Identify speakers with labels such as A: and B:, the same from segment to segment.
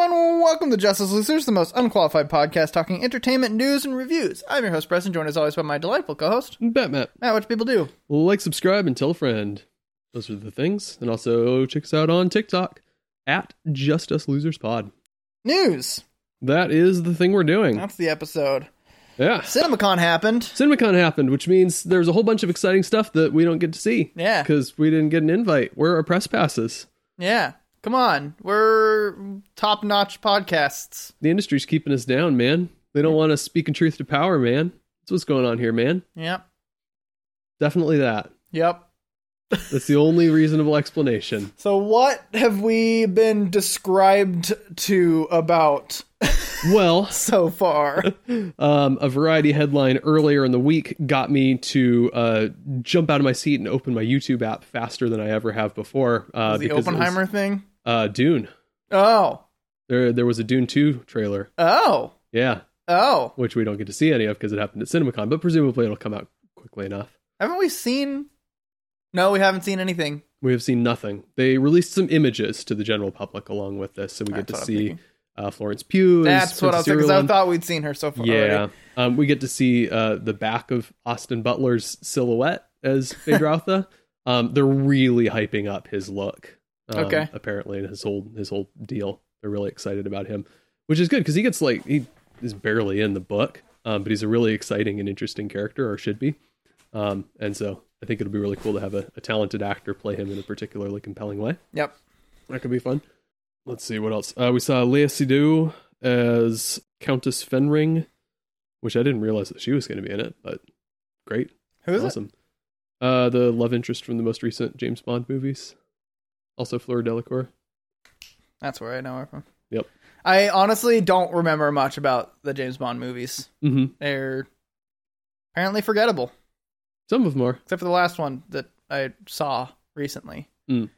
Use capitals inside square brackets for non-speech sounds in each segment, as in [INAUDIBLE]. A: Welcome to Justice Losers, the most unqualified podcast talking entertainment news and reviews. I'm your host, Preston, joined as always by my delightful co host,
B: Batmap.
A: Matt. What do people do?
B: Like, subscribe, and tell a friend. Those are the things. And also check us out on TikTok at Just Us Losers Pod.
A: News.
B: That is the thing we're doing.
A: That's the episode.
B: Yeah.
A: CinemaCon happened.
B: CinemaCon happened, which means there's a whole bunch of exciting stuff that we don't get to see.
A: Yeah.
B: Because we didn't get an invite. Where are our press passes?
A: Yeah. Come on. We're top notch podcasts.
B: The industry's keeping us down, man. They don't want us speaking truth to power, man. That's what's going on here, man.
A: Yep.
B: Definitely that.
A: Yep.
B: That's the only reasonable explanation.
A: So, what have we been described to about [LAUGHS]
B: Well,
A: so
B: Uh,
A: far?
B: um, a variety headline earlier in the week got me to uh, jump out of my seat and open my YouTube app faster than I ever have before. Uh,
A: the
B: because it was,
A: Oppenheimer thing?
B: uh, Dune.
A: Oh.
B: There, there was a Dune two trailer.
A: Oh.
B: Yeah,
A: Oh.
B: which we don't get to see any of because it happened at CinemaCon, but presumably it'll come out quickly enough.
A: Haven't we seen. No, we haven't seen anything.
B: We have seen nothing. They released some images to the general public along with this, so we
A: That's
B: get
A: what
B: to
A: I'm
B: see
A: thinking.
B: uh, Florence Pugh. as
A: That's what I was
B: Princess
A: thinking. 'cause I
B: Irulan.
A: thought we'd seen her so far.
B: Yeah,
A: already.
B: um, we get to see uh, the back of Austin Butler's silhouette as Fedrotha. um, they're really hyping up his look. um,
A: Okay.
B: apparently and his whole his whole deal. They're really excited about him, which is good because he gets like he is barely in the book, um, but he's a really exciting and interesting character, or should be. Um, and so I think it'll be really cool to have a, a talented actor play him in a particularly compelling way.
A: Yep.
B: That could be fun. Let's see what else. Uh, we saw Leia Seydoux as Countess Fenring, which I didn't realize that she was going to be in it, but great,
A: Who is
B: awesome. Uh, the love interest from the most recent James Bond movies, also Fleur Delacour.
A: it? That's where I know her from.
B: Yep.
A: I honestly don't remember much about the James Bond movies.
B: hmm
A: They're apparently forgettable,
B: Some of them are.
A: except for the last one that I saw recently.
B: Mm.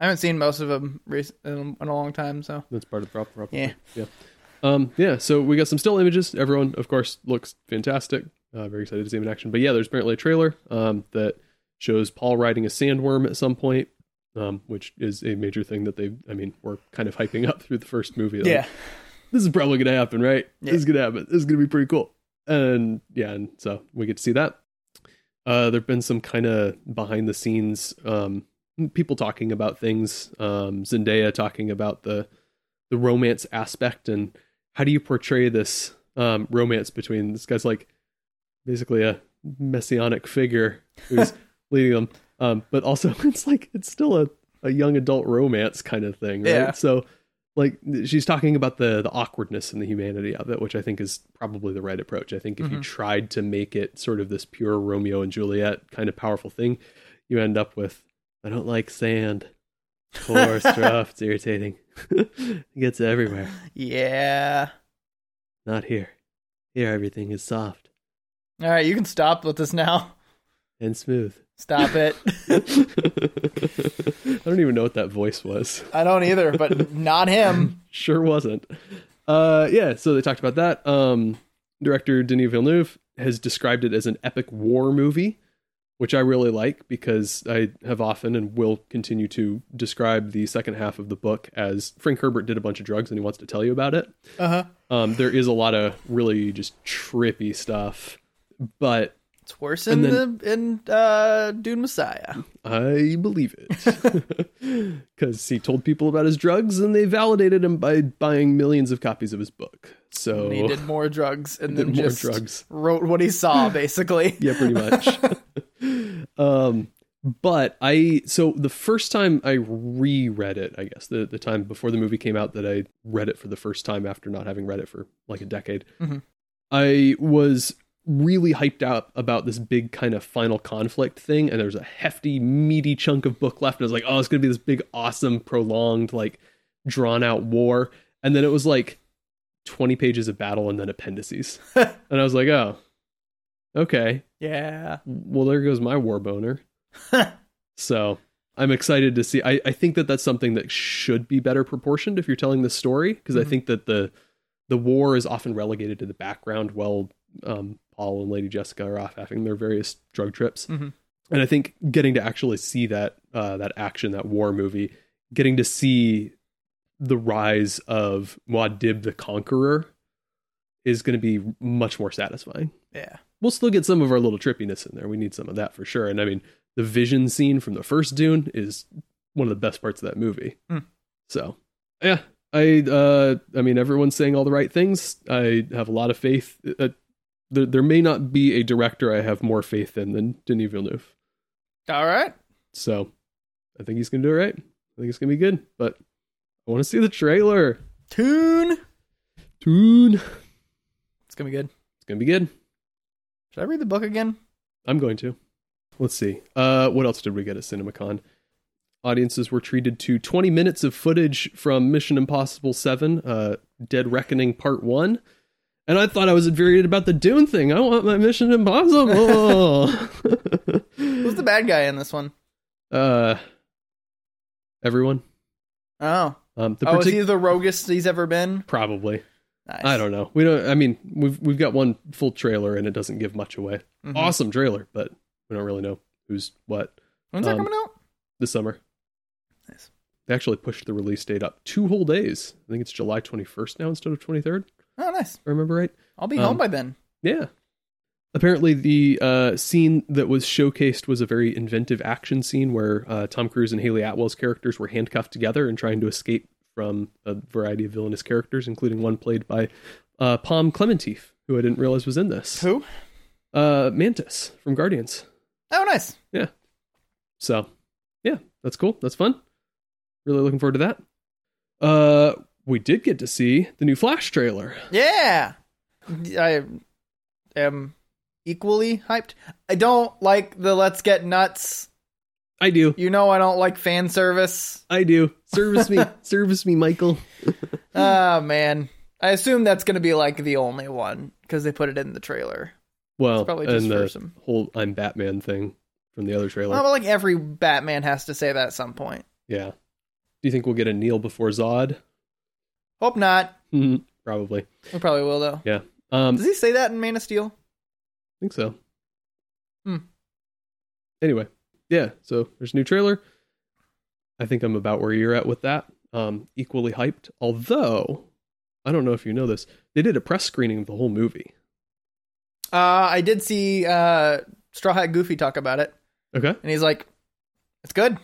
A: I haven't seen most of them rec- in in a long time, so
B: That's part of the problem. Probably.
A: Yeah.
B: Yeah. Um, yeah. So we got some still images. Everyone, of course, looks fantastic. Uh, very excited to see him in action. But yeah, there's apparently a trailer um, that shows Paul riding a sandworm at some point, um, which is a major thing that they, I mean, were kind of hyping up through the first movie. Like,
A: yeah,
B: This is probably going to happen, right?
A: Yeah.
B: This is going to happen. This is going to be pretty cool. And yeah, and so we get to see that. Uh, there have been some kind of behind the scenes um, people talking about things. Um, Zendaya talking about the the romance aspect and how do you portray this um, romance between this guy's like basically a messianic figure who's leading them, um, but also [LAUGHS] it's like it's still a, a young adult romance kind of thing, right?
A: Yeah.
B: So like she's talking about the the awkwardness and the humanity of it, which I think is probably the right approach. I think if you
A: Mhm.
B: tried to make it sort of this pure Romeo and Juliet kind of powerful thing, you end up with I don't like sand. Poor stuff. It's irritating. [LAUGHS] it gets everywhere.
A: yeah.
B: Not here. Here, everything is soft
A: All right, you can stop with this now.
B: and smooth. [LAUGHS]
A: Stop it.
B: I don't even know what that voice was.
A: I don't either, but not him.
B: Sure wasn't. Uh, yeah, so they talked about that. Um, director Denis Villeneuve has described it as an epic war movie, which I really like because I have often and will continue to describe the second half of the book as Frank Herbert did a bunch of drugs and he wants to tell you about it.
A: Uh huh.
B: Um, there is a lot of really just trippy stuff, but
A: It's worse in
B: And
A: the in uh, Dune Messiah.
B: I believe it. [LAUGHS] Because he told people about his drugs and they validated him by buying millions of copies of his book. So,
A: And he did more drugs and
B: did
A: then
B: more
A: just
B: drugs.
A: wrote what he
B: [LAUGHS]
A: saw basically
B: yeah, pretty much. [LAUGHS] um, but I, so the first time I reread it, I guess, the, the time before the movie came out that I read it for the first time after not having read it for like a decade,
A: Mhm.
B: I was really hyped up about this big kind of final conflict thing and there's a hefty meaty chunk of book left and I was like oh it's going to be this big awesome prolonged like drawn out war and then it was like 20 pages of battle and then [LAUGHS] appendices and I was like oh okay
A: yeah
B: well there goes my war boner so i'm excited to see I, I think that that's something that should be better proportioned if you're telling the story because
A: Mhm.
B: i think that the the war is often relegated to the background while um, paul and lady jessica are off having their various drug trips
A: Mhm.
B: and i think getting to actually see that uh, that action that war movie getting to see the rise of Muad'Dib the Conqueror is going to be much more satisfying.
A: Yeah.
B: We'll still get some of our little trippiness in there. We need some of that for sure. And I mean, the vision scene from the first Dune is one of the best parts of that movie.
A: Hmm.
B: So, yeah, I uh I mean everyone's saying all the right things. I have a lot of faith. Uh, there, there may not be a director I have more faith in than Denis Villeneuve.
A: All right.
B: So, I think he's going to do it right. I think it's going to be good, but I want to see the trailer.
A: Tune.
B: Tune.
A: It's gonna be good.
B: It's going to be good.
A: Should I read the book again?
B: I'm going to. Let's see. Uh, what else did we get at CinemaCon? Audiences were treated to 20 minutes of footage from Mission Impossible 7, uh, Dead Reckoning Part 1. And I thought I was infuriated about the Dune thing. I want my Mission Impossible.
A: Who's the bad guy in this one?
B: [LAUGHS] uh, everyone.
A: Oh,
B: Um, the
A: oh, is
B: partic-
A: he the roguest he's ever been?
B: probably.
A: Nice.
B: I don't know. We don't. I mean, we've we've got one full trailer and it doesn't give much away.
A: Mhm.
B: Awesome trailer, but we don't really know who's what.
A: When's that
B: Um,
A: coming out?
B: this summer.
A: Nice.
B: They actually pushed the release date up two whole days. I think it's July 21st now instead of 23rd, if
A: Oh, nice.
B: I remember right.
A: I'll be
B: um,
A: home by then.
B: Yeah. Apparently, the uh, scene that was showcased was a very inventive action scene where uh, Tom Cruise and Haley Atwell's characters were handcuffed together and trying to escape from a variety of villainous characters, including one played by uh, Palm Clementeef, who I didn't realize was in this.
A: Who?
B: Uh, Mantis from Guardians.
A: Oh, nice.
B: So, yeah, that's cool. That's fun. Really looking forward to that. Uh, we did get to see the new Flash trailer.
A: Yeah. I am equally hyped. I don't like the let's get nuts.
B: I do.
A: You know I don't like fan service.
B: I do.
A: [LAUGHS]
B: Service me. Service me, Michael.
A: Oh man. I assume that's going to be like the only one cuz they put it in the trailer.
B: Well,
A: It's probably just
B: and
A: for
B: the
A: some- Oh.
B: whole I'm Batman thing from the other trailer.
A: Well, but like every Batman has to say that at some point.
B: yeah. Do you think we'll get a kneel before Zod? [LAUGHS]
A: Hope not.
B: Hmm, Probably.
A: We probably will though.
B: Um,
A: Does he say that in Man of Steel?
B: I think so.
A: Hmm.
B: Anyway, yeah. So there's a new trailer. I think I'm about where you're at with that. Um, equally hyped. Although, I don't know if you know this, they did a press screening of the whole movie.
A: Uh, I did see uh, Straw Hat Goofy talk about it,
B: Okay.
A: and he's like, "It's good."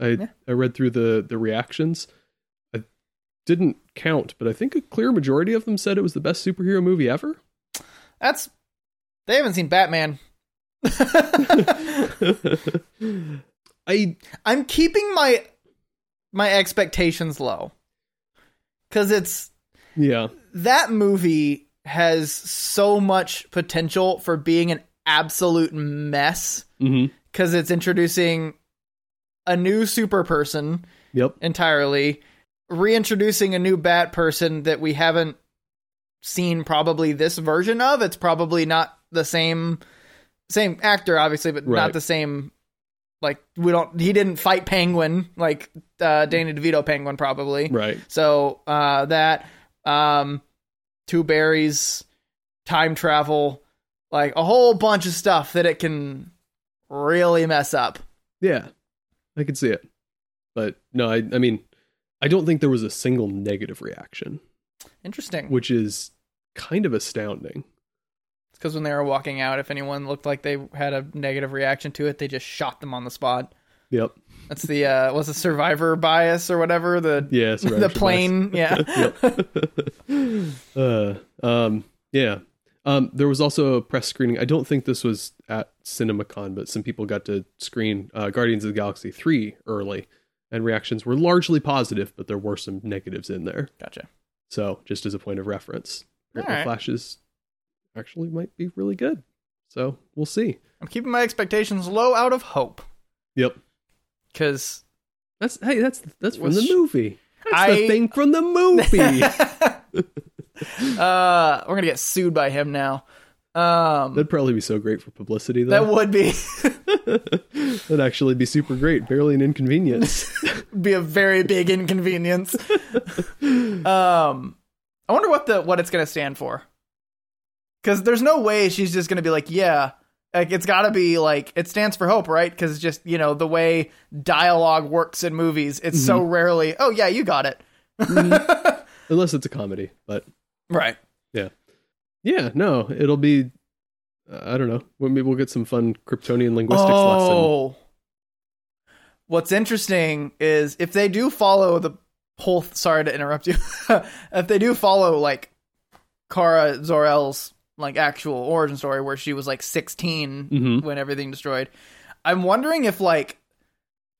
B: I
A: Yeah.
B: I read through the the reactions. I didn't count, but I think a clear majority of them said it was the best superhero movie ever.
A: [LAUGHS]
B: [LAUGHS]
A: That's they haven't seen Batman. [LAUGHS]
B: I
A: I'm keeping my my expectations low because it's
B: yeah.
A: that movie has so much potential for being an absolute mess
B: Mm-hmm.
A: because it's introducing a new super person
B: Yep.
A: entirely, reintroducing a new bat person that we haven't seen probably this version of. It's probably not the same same actor, obviously, but
B: Right.
A: not the same like we don't he didn't fight Penguin like uh Danny DeVito Penguin probably.
B: Right.
A: So uh that um two berries, time travel, like a whole bunch of stuff that it can really mess up.
B: Yeah, I could see it. But no, I, I mean, I don't think there was a single negative reaction,
A: Interesting.
B: which is kind of astounding.
A: It's because when they were walking out, if anyone looked like they had a negative reaction to it, they just shot them on the spot.
B: Yep.
A: That's the uh, was a survivor bias or whatever the
B: Yeah.
A: [LAUGHS]
B: survivor
A: the
B: bias. [LAUGHS]
A: plane. Yeah,
B: Yep. [LAUGHS] uh, um, yeah. Um, there was also a press screening. I don't think this was at CinemaCon, but some people got to screen uh, Guardians of the Galaxy 3 early, and reactions were largely positive, but there were some negatives in there.
A: gotcha.
B: So, just as a point of reference, apparently
A: Alright.
B: flashes actually might be really good. So, we'll see.
A: I'm keeping my expectations low out of hope
B: Yep.
A: because
B: That's hey, that's that's from
A: Was-
B: the movie. That's the
A: I-
B: thing from the
A: [LAUGHS]
B: movie.
A: uh, we're gonna get sued by him now. Um,
B: That'd probably be so great for publicity
A: that
B: though.
A: would be
B: That'd actually be super great, barely
A: [LAUGHS]
B: an inconvenience.
A: be a very big inconvenience. um, I wonder what the what it's gonna stand for. Because there's no way she's just gonna be like, yeah, Like it's got to be like it stands for hope, right? Because just you know the way dialogue works in movies, it's so rarely. Oh yeah, you got it.
B: unless it's a comedy. But
A: Right.
B: yeah, no, it'll be. Uh, I don't know. Well, Maybe we'll get some fun Kryptonian linguistics lesson.
A: Oh. What's interesting is if they do follow the whole. Sorry to interrupt you. [LAUGHS] if they do follow like Kara Zor-El's like actual origin story where she was like 16
B: Mhm.
A: when everything destroyed, I'm wondering if like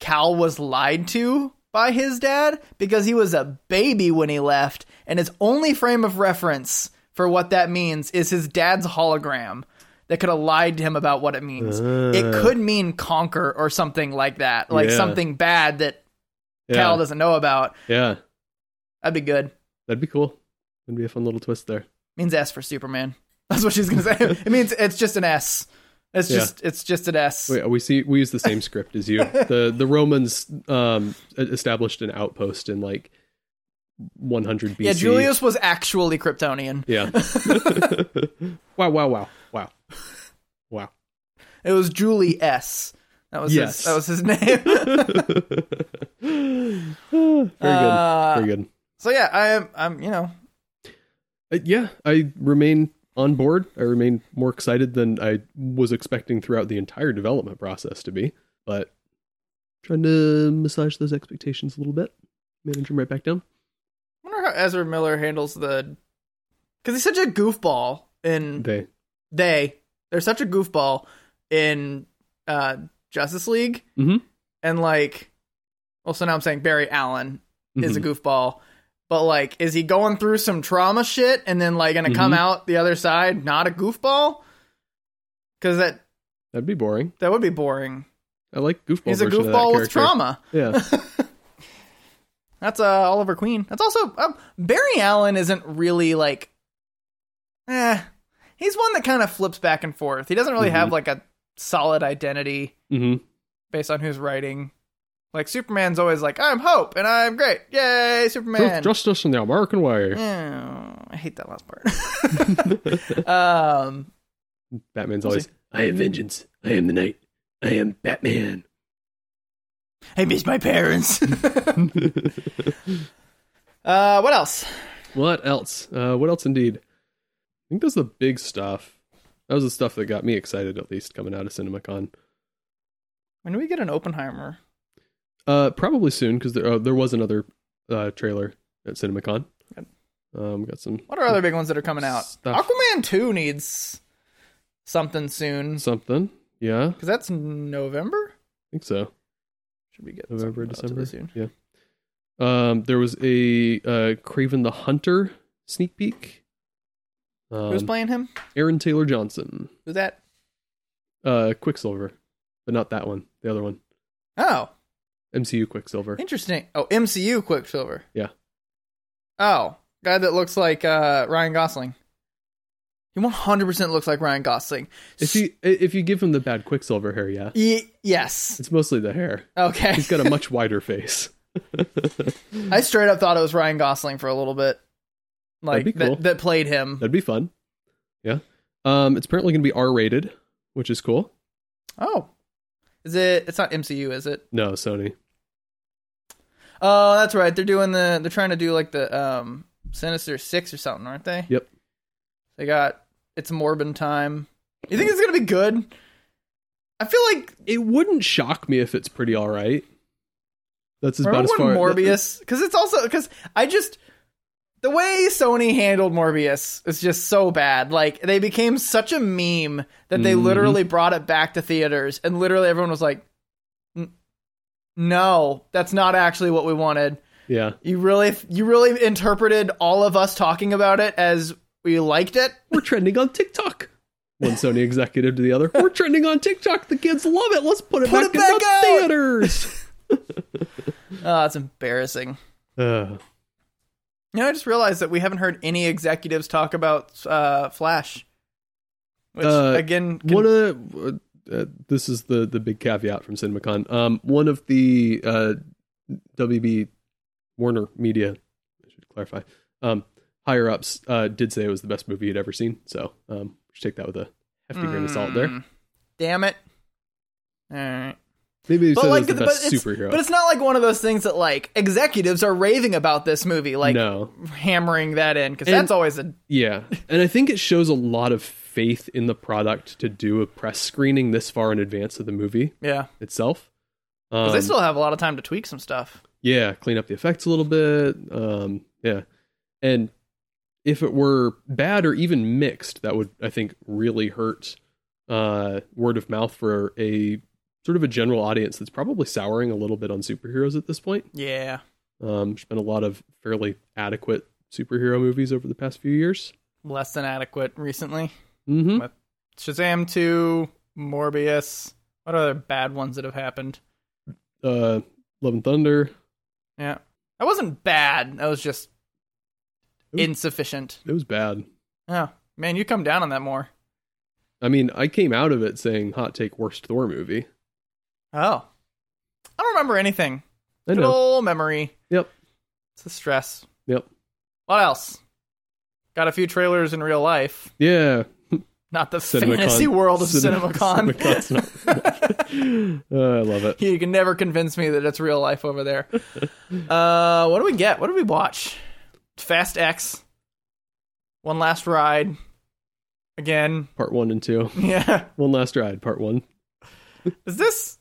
A: Cal was lied to by his dad because he was a baby when he left, and his only frame of reference for what that means is his dad's hologram that could have lied to him about what it means. it
B: Ah.
A: could mean conquer or something like that, like
B: Yeah.
A: something bad that
B: Ah. Yeah,
A: Cal doesn't know about.
B: yeah,
A: That'd be good.
B: that'd be cool. That'd be a fun little twist there.
A: means S for Superman. [LAUGHS] That's what she's gonna say. it means it's just an S. It's
B: Yeah.
A: just it's just an S.
B: Wait, we see we use the same script
A: [LAUGHS]
B: as you. the The Romans um, e- established an outpost in like 100 BC.
A: yeah, Julius was actually Kryptonian.
B: E
A: [LAUGHS]
B: Yeah. [LAUGHS] wow! Wow! Wow! Wow! Wow!
A: It was Julie S. That was
B: Yes.
A: his, that was his [LAUGHS] name.
B: Very good.
A: Uh,
B: Very good.
A: so yeah, I am I'm you know
B: Uh, yeah, I remain on board. I remain more excited than I was expecting throughout the entire development process to be, but trying to massage those expectations a little bit, manage them right back down.
A: I wonder how Ezra Miller handles the because he's such a goofball in
B: They,
A: they they're such a goofball in uh Justice League
B: Mhm.
A: and like well so now I'm saying Barry Allen is a
B: Mhm.
A: goofball but like is he going through some trauma shit and then like gonna come
B: Mhm.
A: out the other side not a goofball because that
B: that'd be boring.
A: that would be boring
B: I like goofball.
A: he's a
B: version of that
A: goofball with
B: character.
A: trauma
B: Yeah,
A: that's uh Oliver Queen that's also um, Barry Allen isn't really like eh he's one that kind of flips back and forth he doesn't really
B: Mhm.
A: have like a solid identity
B: hmm
A: based on who's writing. Like Superman's always like, I'm Hope and I'm great, yay, Superman.
B: justice in the American
A: Mm.
B: way.
A: Yeah, I hate that last part. [LAUGHS] um,
B: Batman's
A: We'll
B: always. I am vengeance. I am the knight. I am Batman.
A: I miss my parents. [LAUGHS] uh, what else?
B: What else? Uh, what else indeed? I think that's the big stuff. That was the stuff that got me excited, at least coming out of CinemaCon.
A: When do we get an Oppenheimer?
B: Uh, probably soon because there uh, there was another uh, trailer at CinemaCon.
A: Good.
B: Um, got some
A: What are other big ones that are coming out?
B: Stuff.
A: Aquaman two needs something soon because
B: something. Yeah, I
A: that's November.
B: think so.
A: Should we get
B: November,
A: something
B: December.
A: relatively soon?
B: Yeah. Um, there was a uh, Craven the Hunter sneak peek. Um,
A: Who's playing him?
B: Aaron Taylor Johnson,
A: Who's that?
B: uh, Quicksilver, but not that one. The other one,
A: Oh,
B: MCU Quicksilver.
A: Interesting. Oh, MCU Quicksilver.
B: Yeah.
A: Oh, guy that looks like uh, Ryan Gosling. He 100% looks like Ryan Gosling.
B: If you if you give him the bad Quicksilver hair, yeah,
A: Ye- yes.
B: it's mostly the hair. [LAUGHS]
A: Okay.
B: He's got a much wider face.
A: I straight up thought it was Ryan Gosling for a little bit. Like
B: That'd be cool.
A: that, that played him.
B: That'd be fun. Yeah. Um, it's apparently going to be R rated, which is cool.
A: Oh. Is it it's not MCU, is it?
B: No, Sony.
A: Oh, that's right. They're doing the they're trying to do like the um Sinister 6 or something, aren't they?
B: Yep.
A: They got it's Morbin time. You think it's going to be good? I feel like
B: It wouldn't shock me if it's pretty all right. That's about as
A: Remember
B: far.
A: when Morbius? Because it's also because I just the way Sony handled Morbius is just so bad. Like they became such a meme that they
B: Mhm.
A: literally brought it back to theaters, and literally everyone was like, "N- "No, that's not actually what we wanted."
B: Yeah.
A: You really, you really interpreted all of us talking about it as we liked it.
B: We're trending on TikTok. One Sony executive to the other. We're trending on TikTok. The kids love it. Let's put it
A: Put
B: back
A: it
B: in
A: back
B: the
A: out."
B: theaters.
A: Oh, it's embarrassing.
B: [LAUGHS] Uh,
A: You know, I just realized that we haven't heard any executives talk about uh, Flash. Which
B: Uh,
A: again, can-
B: one of uh, this is the the big caveat from CinemaCon. Um, one of the uh, WB Warner Media, I should clarify, um, higher ups uh, did say it was the best movie he'd ever seen. So um, should take that with a hefty grain of salt there.
A: Mm. Damn it. All right.
B: Maybe they
A: But
B: said
A: like
B: it was the best
A: but it's,
B: superhero.
A: but it's not like one of those things that like executives are raving about this movie, like
B: no,
A: hammering that in because
B: And-
A: that's always a
B: yeah, and I think it shows a lot of faith in the product to do a press screening this far in advance of the movie
A: yeah.
B: itself.
A: 'Cause
B: Um,
A: they still have a lot of time to tweak some stuff.
B: yeah clean up the effects a little bit um yeah and if it were bad or even mixed that would i think really hurt uh word of mouth for a sort of a general audience that's probably souring a little bit on superheroes at this point
A: Yeah.
B: um there's been a lot of fairly adequate superhero movies over the past few years
A: Less than adequate recently.
B: mm-hmm.
A: Shazam 2, Morbius. What other bad ones that have happened?
B: uh love and thunder
A: Yeah. That wasn't bad. That was just
B: Ooh.
A: insufficient.
B: it was bad
A: Oh, man, you come down on that more.
B: i mean i came out of it saying hot take worst thor movie
A: Oh. I don't remember anything.
B: i
A: Good
B: know
A: old memory.
B: Yep.
A: It's the stress.
B: yep
A: What else? Got a few trailers in real life.
B: yeah [LAUGHS]
A: Not the
B: CinemaCon.
A: fantasy world of
B: Cine-
A: CinemaCon.
B: CinemaCon's not- Uh, I love it.
A: [LAUGHS] you can never convince me that it's real life over there. Uh, what do we get? What do we watch? Fast X. One last ride. Again. [LAUGHS]
B: Part one and two.
A: Yeah.
B: One last ride. Part one.
A: Is this?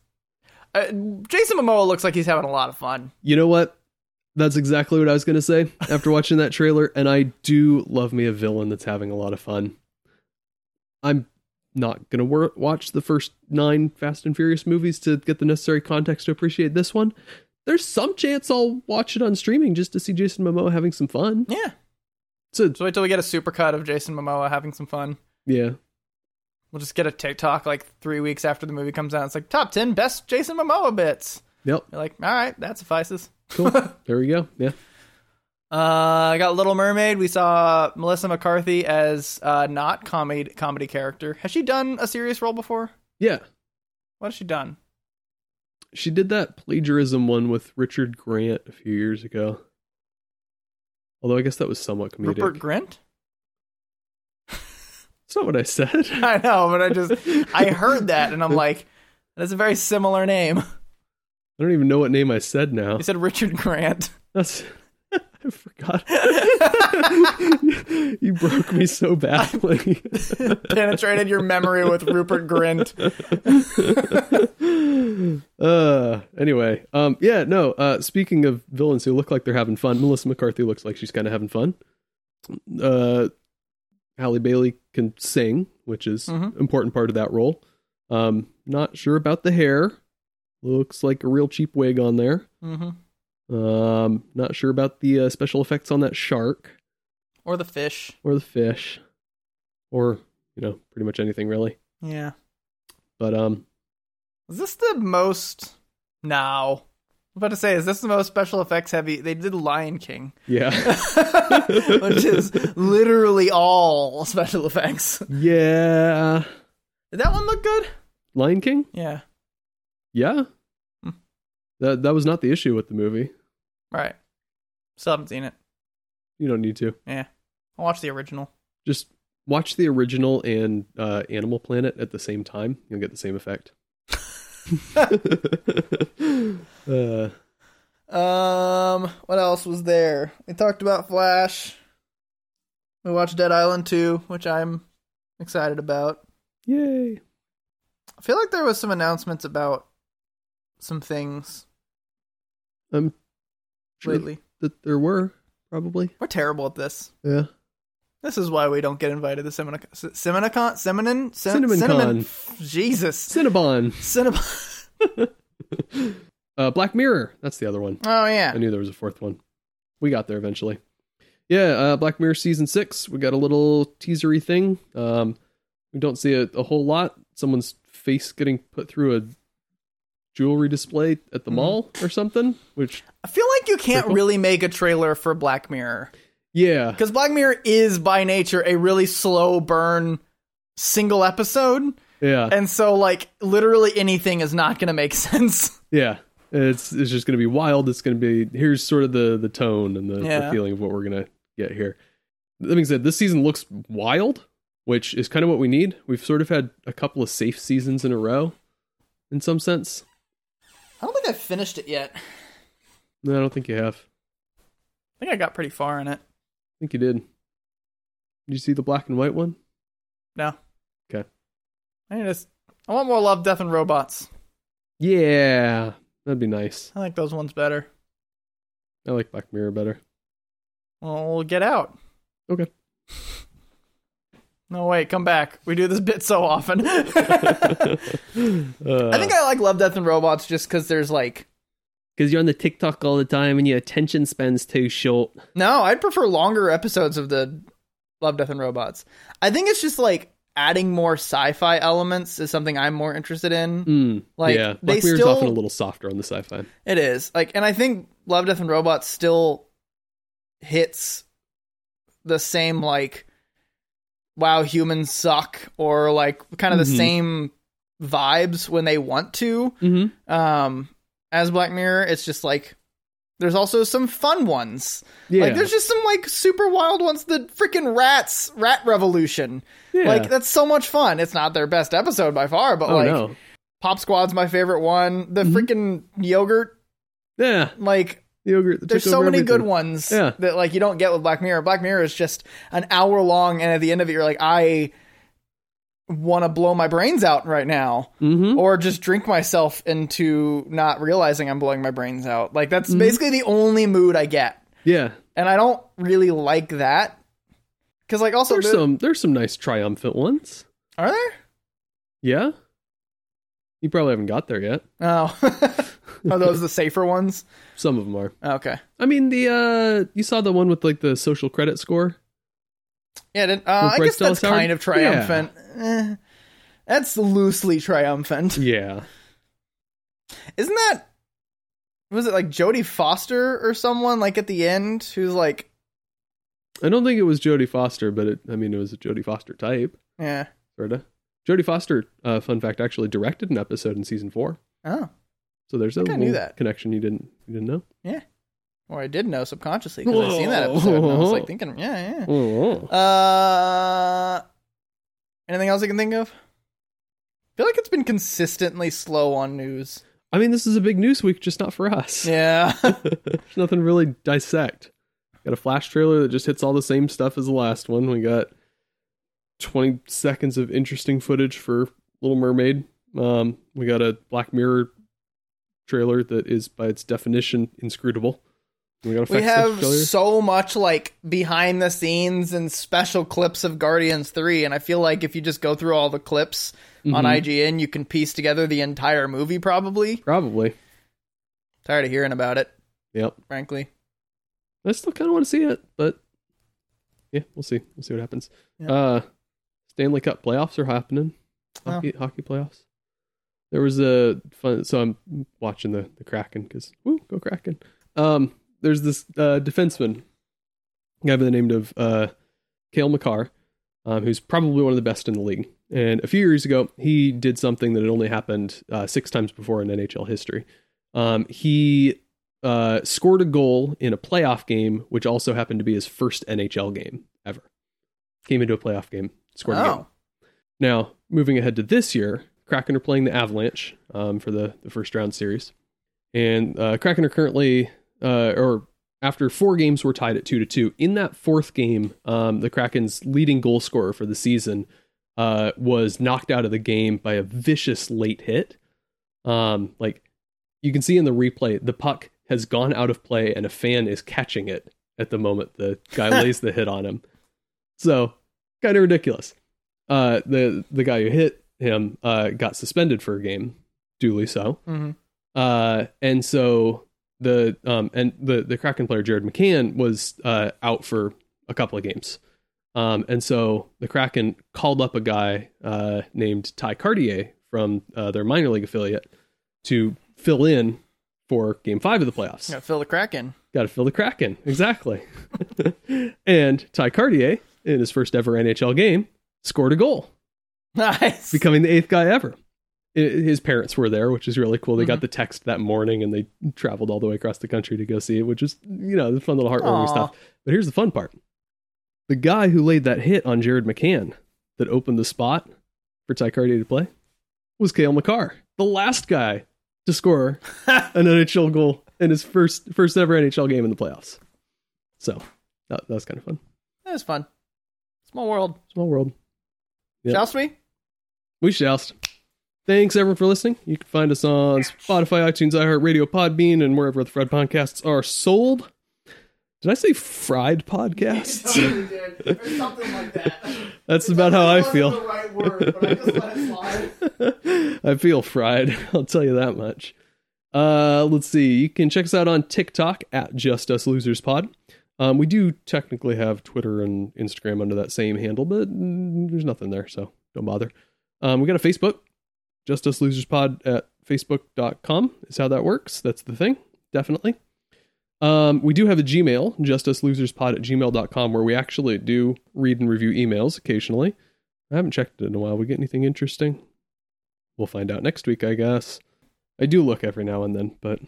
A: Uh, Jason Momoa looks like he's having a lot of fun.
B: You know what? That's exactly what I was going to say after watching that trailer. And I do love me a villain that's having a lot of fun. I'm not going to wor- watch the first nine Fast and Furious movies to get the necessary context to appreciate this one. There's some chance I'll watch it on streaming just to see Jason Momoa having some fun.
A: Yeah.
B: So
A: So wait till we get a supercut of Jason Momoa having some fun.
B: yeah,
A: We'll just get a TikTok like three weeks after the movie comes out. It's like top ten best Jason Momoa bits.
B: yep,
A: You're like, all right, that suffices. [LAUGHS]
B: cool. there we go. Yeah,
A: Uh, I got Little Mermaid. We saw Melissa McCarthy as uh, not comedy comedy character. Has she done a serious role before?
B: yeah.
A: What has she done?
B: She did that plagiarism one with Richard Grant a few years ago. Although I guess that was somewhat comedic.
A: Rupert Grint? [LAUGHS]
B: That's not what I said.
A: I know, but I just [LAUGHS] I
B: [LAUGHS]
A: heard that and I'm like, that's a very similar name. [LAUGHS]
B: I don't even know what name I said now.
A: You said Richard Grant. [LAUGHS]
B: That's [LAUGHS] I forgot. [LAUGHS] you broke me so badly.
A: Penetrated your memory with Rupert Grint.
B: [LAUGHS] uh anyway, um yeah, no, uh speaking of villains who look like they're having fun, Melissa McCarthy looks like she's kind of having fun. Uh Halle Bailey can sing, which is
A: Mhm.
B: important part of that role. Um not sure about the hair. Looks like a real cheap wig on there.
A: hmm
B: Um not sure about the uh, special effects on that shark
A: Or the fish.
B: or the fish or you know, pretty much anything really.
A: Yeah.
B: But um
A: Is this the most? No. I'm about to say, is this the most special effects heavy? They did Lion King, [LAUGHS]
B: yeah. [LAUGHS]
A: which is literally all special effects.
B: yeah.
A: Did that one look good?
B: Lion King?
A: Yeah.
B: Yeah.
A: Hmm.
B: That that was not the issue with the movie.
A: Right. Still haven't seen it.
B: You don't need to.
A: I'll watch the original.
B: Just watch the original and uh, Animal Planet at the same time. You'll get the
A: [LAUGHS]
B: same effect. uh,
A: Um, what else was there? We talked about Flash. We watched Dead Island 2, which I'm excited about.
B: yay.
A: I feel like there was some announcements about some things
B: I'm sure
A: lately.
B: that there were probably.
A: We're terrible at this.
B: Yeah.
A: This is why we don't get invited to Semina- Se- Seminacon? Seminin? Se-
B: Cinnamon Con.
A: F- Jesus.
B: Cinnabon.
A: Cinnabon.
B: Uh, Black Mirror. That's the other one.
A: [LAUGHS] Oh,
B: I
A: yeah.
B: knew there was a fourth one. We got there eventually. Yeah, uh, Black Mirror season six. We got a little teasery thing. Um, we don't see a, a whole lot. Someone's face getting put through a jewelry display at the
A: Mhm.
B: mall or something. Which,
A: I feel like you can't
B: Prequel?
A: really make a trailer for Black Mirror.
B: yeah,
A: Because Black Mirror is, by nature, a really slow burn single episode.
B: yeah,
A: And so, like, literally anything is not going to make [LAUGHS] sense.
B: yeah. It's it's just gonna be wild. It's gonna be here's sort of the the tone and the, the
A: Yeah.
B: feeling of what we're gonna get here. That being said, this season looks wild. which is kind of what we need. We've sort of had a couple of safe seasons in a row, in some sense.
A: I don't think I finished it yet. I
B: No, I don't think you have. I
A: think I got pretty far in it.
B: think you did. Did you see the black and white one?
A: No.
B: Okay.
A: I just I want more Love, Death, and Robots.
B: Yeah, that'd be nice.
A: I like those ones better.
B: I like Black Mirror better. [LAUGHS]
A: Well, we'll get out.
B: Okay.
A: No, wait, come back. We do this bit so often.
B: [LAUGHS] Uh,
A: I think I like Love, Death, and Robots just because there's like
B: because you're on the TikTok all the time and your attention span's too short.
A: No, I'd prefer longer episodes of the Love, Death, and Robots. I think it's just like adding more sci-fi elements is something I'm more interested in.
B: Mm,
A: Like,
B: yeah,
A: they
B: Black Mirror's
A: still-
B: often a little softer on the sci-fi.
A: It is like, and I think Love, Death, and Robots still hits the same like, wow, humans suck, or like kind of the
B: Mhm.
A: same vibes when they want to.
B: Mm-hmm.
A: Um, as Black Mirror, it's just like there's also some fun ones.
B: Yeah,
A: Like there's just some like super wild ones. The freaking rats, rat revolution.
B: yeah.
A: Like that's so much fun. It's not their best episode by far, but
B: oh
A: like
B: no,
A: Pop Squad's my favorite one. The
B: Mhm.
A: freaking yogurt,
B: yeah,
A: like
B: the ogre. that
A: there's
B: took
A: so
B: over
A: many
B: everything.
A: good ones
B: Yeah.
A: that like you don't get with Black Mirror. Black Mirror is just an hour long, and at the end of it, you're like, I want to blow my brains out right now,
B: Mhm.
A: or just drink myself into not realizing I'm blowing my brains out. Like that's
B: Mm-hmm.
A: basically the only mood I get
B: Yeah,
A: and I don't really like that. Because like also,
B: there's
A: the-
B: some there's some nice triumphant ones.
A: are there?
B: Yeah, you probably haven't got there yet.
A: Oh, [LAUGHS] are those the safer ones?
B: Some of them are.
A: Okay,
B: I mean, the uh, you saw the one with like the social credit score.
A: yeah. then, Uh, I
B: Bryce
A: guess that's
B: Dallas Howard?
A: kind of triumphant. Eh, that's loosely triumphant,
B: Yeah,
A: isn't that? Was it like Jodie Foster or someone like at the end who's like,
B: I don't think it was Jodie Foster, but it, I mean, it was a Jodie Foster type,
A: yeah,
B: sort of. Jodie Foster, uh, fun fact, actually directed an episode in season four.
A: oh,
B: So there's a
A: think I knew
B: little
A: that.
B: connection you didn't you didn't know.
A: or I did know subconsciously because I seen that
B: Whoa.
A: episode and I was like thinking, yeah,
B: Oh,
A: yeah. Uh, anything else I can think of? I feel like it's been consistently slow on news.
B: I mean, this is a big news week, just not for
A: [LAUGHS]
B: us.
A: Yeah.
B: There's nothing to really dissect. Got a flash trailer that just hits all the same stuff as the last one. We got 20 seconds of interesting footage for Little Mermaid. Um, we got a Black Mirror trailer that is, by its definition, inscrutable. We got a
A: we
B: Fast
A: have
B: trailer.
A: so much like behind the scenes and special clips of Guardians 3 and I feel like if you just go through all the clips on
B: Mhm.
A: IGN you can piece together the entire movie probably.
B: Probably.
A: Tired of hearing about it,
B: Yep.
A: frankly.
B: I still kind of want to see it, but yeah, we'll see. We'll see what happens.
A: Yeah.
B: Uh, Stanley Cup playoffs are happening.
A: Oh.
B: Hockey, hockey playoffs. There was a fun. So I'm watching the the Kraken because woo, go Kraken. Um, there's this uh, defenseman guy by the name of uh, Kale McCarr, um, who's probably one of the best in the league. And a few years ago, he did something that had only happened uh, six times before in NHL history. Um, he uh, scored a goal in a playoff game, which also happened to be his first NHL game ever. Came into a playoff game, scored a
A: Oh.
B: goal. Now, moving ahead to this year, Kraken are playing the Avalanche um, for the, the first round series. And uh, Kraken are currently, uh, or after four games, we're tied at two to two. In that fourth game, um, the Kraken's leading goal scorer for the season uh, was knocked out of the game by a vicious late hit. Um, like you can see in the replay, the puck has gone out of play and a fan is catching it at the moment the guy lays the hit on him. So kind of ridiculous. Uh, the the guy who hit him uh, got suspended for a game, duly so.
A: Mhm.
B: Uh, and so the um and the the Kraken player Jared McCann was uh out for a couple of games. Um, and so the Kraken called up a guy uh, named Ty Cartier from uh, their minor league affiliate to fill in for Game Five of the playoffs.
A: Gotta fill the crack in.
B: Got to fill the Kraken. Exactly. [LAUGHS] and Ty Cartier, in his first ever NHL game, scored a goal,
A: [LAUGHS] Nice.
B: becoming the eighth guy ever. I- His parents were there, which is really cool. They got the text that morning and they traveled all the way across the country to go see it, which is, you know, the fun little heartwarming
A: Aw.
B: stuff. But here's the fun part the guy who laid that hit on Jared McCann that opened the spot for Ty Cartier to play was Kale McCarr, the last guy to score an NHL goal in his first first ever NHL game in the playoffs. So that, that was kind of fun.
A: That was fun. Small world.
B: Small world. Yep.
A: Shall we?
B: We joust. Thanks everyone for listening. You can find us on Spotify, iTunes, iHeartRadio, Podbean, and wherever the fried podcasts are sold. Did I say
A: [LAUGHS]
B: fried podcasts?
A: did. Or something like that.
B: That's about how I feel. [LAUGHS]
A: right word, but I just let it slide.
B: I feel fried. [LAUGHS] I'll tell you that much. Uh, let's see. You can check us out on TikTok at Just Us Losers Pod. Um, we do technically have Twitter and Instagram under that same handle, but mm, there's nothing there, so don't bother. Um, we got a Facebook, Just Us Losers Pod at facebook.com is how that works. That's the thing, definitely. Um, we do have a Gmail, justuslosers.pod at gmail.com, where we actually do read and review emails occasionally. I haven't checked it in a while. We get anything interesting? We'll find out next week, I guess. I do look every now and then, but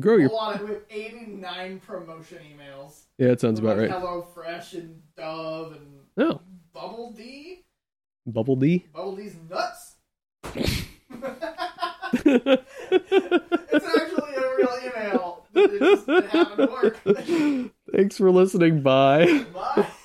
B: grow your.
A: lot of with 89 promotion emails.
B: Yeah, it sounds about right.
A: Hello Fresh and Dove and
B: Oh,
A: Bubble D.
B: Bubble D.
A: Bubble D's nuts.
B: Thanks
A: It's actually a real email. It just it happened to work.
B: for listening. Bye. [LAUGHS]
A: [LAUGHS] Bye.